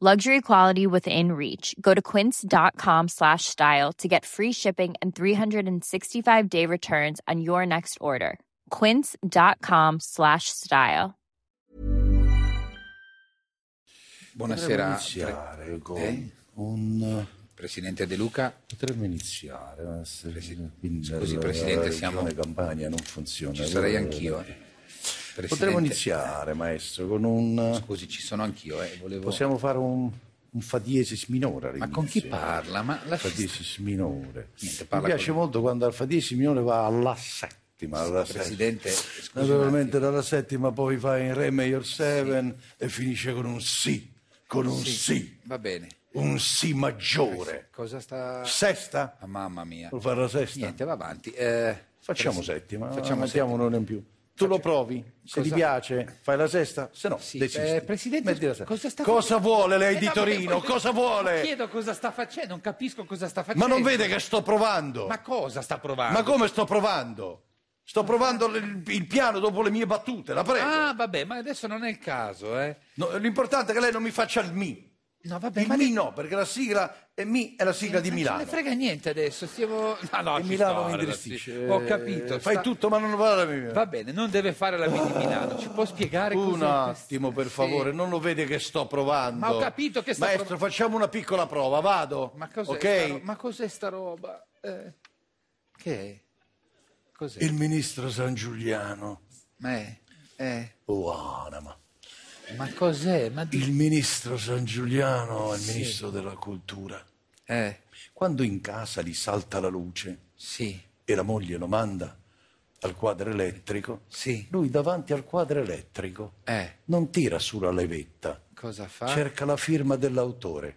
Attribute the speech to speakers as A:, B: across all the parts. A: Luxury quality within reach. Go to quince.com slash style to get free shipping and 365 day returns on your next order. Quince.com slash style.
B: Buonasera,
C: iniziare
B: pre-
C: con
B: eh?
C: un
B: Presidente De Luca.
C: potremmo iniziare eh, se-
B: Presi-
C: quindi
B: scusi,
C: la-
B: Presidente,
C: la
B: siamo-
C: regione Campania non funziona
B: Ci sarei
C: allora-
B: anch'io. eh.
C: potremmo
B: Presidente,
C: iniziare maestro con un
B: Scusi, ci sono anch'io. eh, volevo-
C: possiamo fare un, un fa diesis minore
B: Ma
C: all'inizio.
B: con chi parla? Ma lasci
C: fa diesis minore
B: Niente,
C: mi
B: parla
C: piace
B: con-
C: molto quando al fa diesis minore va alla settima alla settima.
B: Presidente, scusi un
C: naturalmente dalla settima poi fa in re major 7 e finisce con un sì con un sì,
B: attimo. Va bene.
C: un sì maggiore
B: Cosa sta...
C: sesta
B: Ah, mamma mia.
C: vuol fare la sesta
B: Niente, va avanti. eh,
C: Facciamo
B: presi-
C: settima,
B: Facciamo
C: facciamo
B: settima.
C: un'ora in più. Tu lo provi, se
B: Cosa-
C: ti piace fai la sesta, se no
B: Sì,
C: desisti.
B: eh, Presidente,
C: Metti la sesta.
B: cosa sta
C: vuole lei
B: Eh,
C: di
B: no,
C: Torino?
B: vabbè,
C: Cosa
B: ma
C: vuole?
B: Chiedo cosa sta facendo, non capisco cosa sta
C: Ma
B: facendo.
C: non vede che sto provando?
B: Ma
C: Ma,
B: cosa sta provando?
C: come sto provando? Sto provando il, il piano dopo le mie battute, la prego.
B: Ah, vabbè, ma adesso non è il caso, eh.
C: No, l'importante è che lei non mi faccia il mi.
B: No, vabbè,
C: Il
B: ma
C: mi no, perché la sigla è mi è la sigla di
B: Non
C: Milano.
B: ne frega niente adesso, stiamo... No, no,
C: E
B: Ah, ci sto,
C: Milano mi
B: allora,
C: indirizzisce.
B: sì. Ho capito.
C: Eh, Fai
B: sta-
C: tutto ma non vale la mia.
B: Va bene, non deve fare la vita di Milano, ci può spiegare
C: Un
B: cos'è
C: attimo, per
B: Sì.
C: favore, non lo vede che sto provando.
B: Ma ho capito che sto
C: Maestro,
B: provando.
C: facciamo una piccola prova, vado.
B: Ma cos'è,
C: Ok?
B: sta, ro- ma cos'è sta roba? Eh, Che è? Cos'è?
C: Il ministro San Giuliano.
B: Ma, è- eh,
C: Oh, anima.
B: ma cos'è? Ma di...
C: Il ministro San Giuliano è il ministro della cultura.
B: Eh,
C: Quando in casa gli salta la luce
B: sì,
C: e la moglie lo manda al quadro elettrico,
B: Sì.
C: lui davanti al quadro elettrico
B: eh,
C: non tira sulla levetta,
B: cosa fa?
C: cerca la firma dell'autore.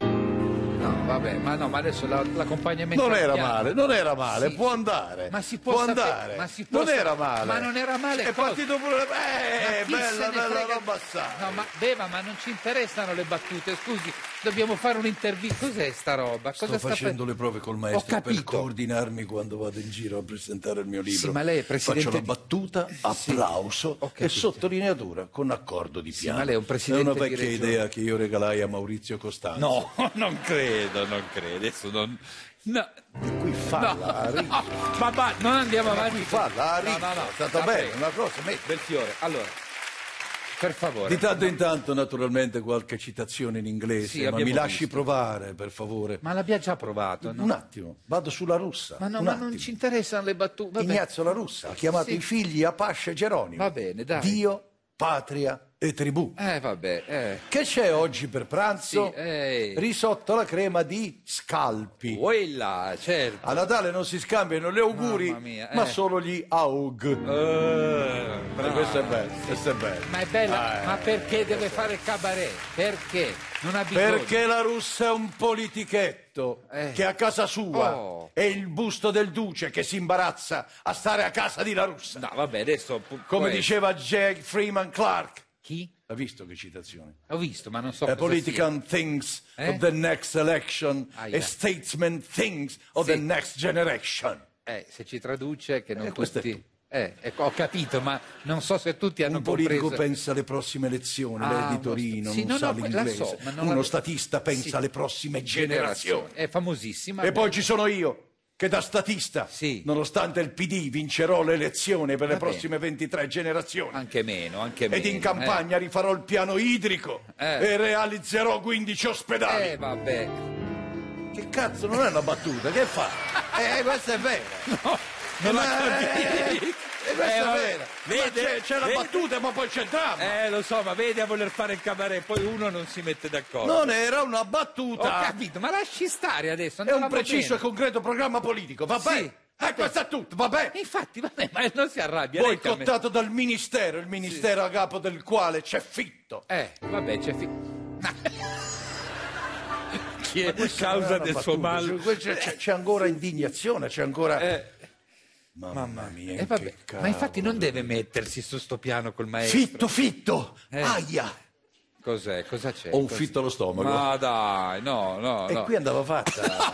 B: No, vabbè, ma no, ma adesso la- l'accompagnamento...
C: Non
B: al
C: era
B: piano-
C: male, non era male,
B: Sì,
C: può
B: sì.
C: andare.
B: Ma si può sapere-
C: andare.
B: ma si può
C: non
B: sapere-
C: era male.
B: ma non era male
C: È
B: cosa?
C: partito pure
B: Ma
C: eh,
B: chi se
C: bella
B: ne
C: bella
B: frega-
C: roba assai.
B: No, ma Beva, ma non ci interessano le battute, scusi, dobbiamo fare un'intervista. Cos'è sta roba? Cosa
C: Sto
B: sta
C: facendo
B: fa-
C: le prove col
B: Ho
C: maestro
B: capito.
C: per coordinarmi quando vado in giro a presentare il mio libro.
B: Sì, ma lei è presidente
C: Faccio la
B: di-
C: battuta, applauso
B: ho
C: e
B: capito.
C: sottolineatura con accordo di piano.
B: ma lei è un presidente
C: È una
B: di
C: vecchia
B: regione.
C: idea che io regalai a Maurizio Costanzo.
D: No, non credo, non credo. Adesso non. No,
C: E qui
D: no,
C: falla, la
D: no, ma va- non andiamo avanti.
C: Qui falla,
D: No,
C: arriva.
D: no, no,
C: È stata
D: la
C: bene
D: prego.
C: una cosa.
B: Eh,
C: me-
D: Belfiore, allora,
B: Per favore.
C: Di tanto in tanto, naturalmente, qualche citazione in inglese,
B: Sì,
C: ma mi
B: abbiamo
C: lasci
B: visto.
C: provare, per favore.
B: Ma l'abbiamo già provato, no?
C: Un attimo, vado sulla russa.
B: Ma no,
C: un
B: ma
C: attimo.
B: non ci interessano le battute. Vabbè.
C: Ignazio la russa ha chiamato
B: Sì.
C: i figli Apache e Geronimo.
B: Va bene, dai.
C: Dio, patria e tribù.
B: Eh, vabbè, eh.
C: Che c'è oggi per pranzo?
B: Sì, eh.
C: Risotto alla crema di scalpi.
B: Voi là, certo.
C: A Natale non si scambiano gli auguri,
B: Mamma mia, eh.
C: ma solo gli aug. Eh,
B: ah,
C: questo è bello, questo è bello.
B: Ma è bella,
C: Eh.
B: ma perché deve fare il cabaret? Perché? Non ha bisogno.
C: Perché la russa è un politichetto
B: Eh.
C: che a casa sua
B: Oh.
C: è il busto del duce che si imbarazza a stare a casa di la russa.
D: no, vabbè, adesso. pu-
C: Come
D: poi-
C: diceva Jack Freeman Clark.
B: Chi?
C: Ha visto che citazione?
B: Ho visto, ma non so
C: A
B: cosa
C: politician thinks
B: Eh?
C: of the next election,
B: Aia.
C: a statesman thinks of
B: Sì.
C: the next generation.
B: sia. Eh, se ci traduce che non
C: Eh, questo è
B: tutti... Eh, ecco, ho capito, ma non so se tutti hanno
C: Un politico
B: compreso.
C: pensa alle prossime elezioni,
B: Ah,
C: lei
B: uno
C: di Torino,
B: sta- sì,
C: non
B: no,
C: sa
B: no, que- la
C: l'inglese.
B: so, ma non
C: Uno
B: la-
C: statista pensa
B: Sì.
C: alle prossime generazioni.
B: È famosissima.
C: E poi ci sono io, che da statista,
B: Sì.
C: nonostante il PD, vincerò le elezioni per le
B: Va bene.
C: prossime 23 generazioni.
B: Anche meno, anche meno.
C: Ed in
B: eh.
C: campagna rifarò il piano idrico
B: Eh.
C: e realizzerò 15 ospedali.
B: Eh, vabbè.
C: Che cazzo, non è una battuta, che fa? Eh, questa è vera.
B: Eh,
D: Non la
C: Ma-
D: capito.
C: E questa
D: Eh,
C: è
D: vabbè.
C: vera. Ma
D: Vede,
C: c'è, c'è la
D: vede.
C: battuta, ma poi c'è il dramma.
D: Eh, lo so, ma vedi a voler fare il cabaret, poi uno non si mette d'accordo. Oh.
C: Non era una
B: Ho
C: battuta.
B: capito, ma lasci stare adesso.
C: è un
B: andavamo
C: preciso e
B: bene.
C: concreto programma politico, va
B: Sì.
C: bene? E questo è tutto, va bene?
B: Eh, Infatti, vabbè, ma non si arrabbia. lei ci ha messo-
C: Boicottato dal ministero, il ministero a capo del quale c'è Fitto.
B: Eh, vabbè, c'è fi-
D: Chi è causa del suo male?
C: Cioè, C'è, c'è- c'è ancora indignazione, c'è ancora...
D: Eh,
C: Mamma mia,
B: eh, vabbè,
C: che
B: ma
C: cavolo.
B: infatti non deve mettersi su sto piano col maestro.
C: Fitto, fitto,
D: Eh.
C: aia.
B: Cos'è? Cosa c'è?
C: Ho un
B: Cos'è?
C: fitto allo stomaco.
D: ma dai, no, no,
C: E
D: no.
C: qui andava fatta.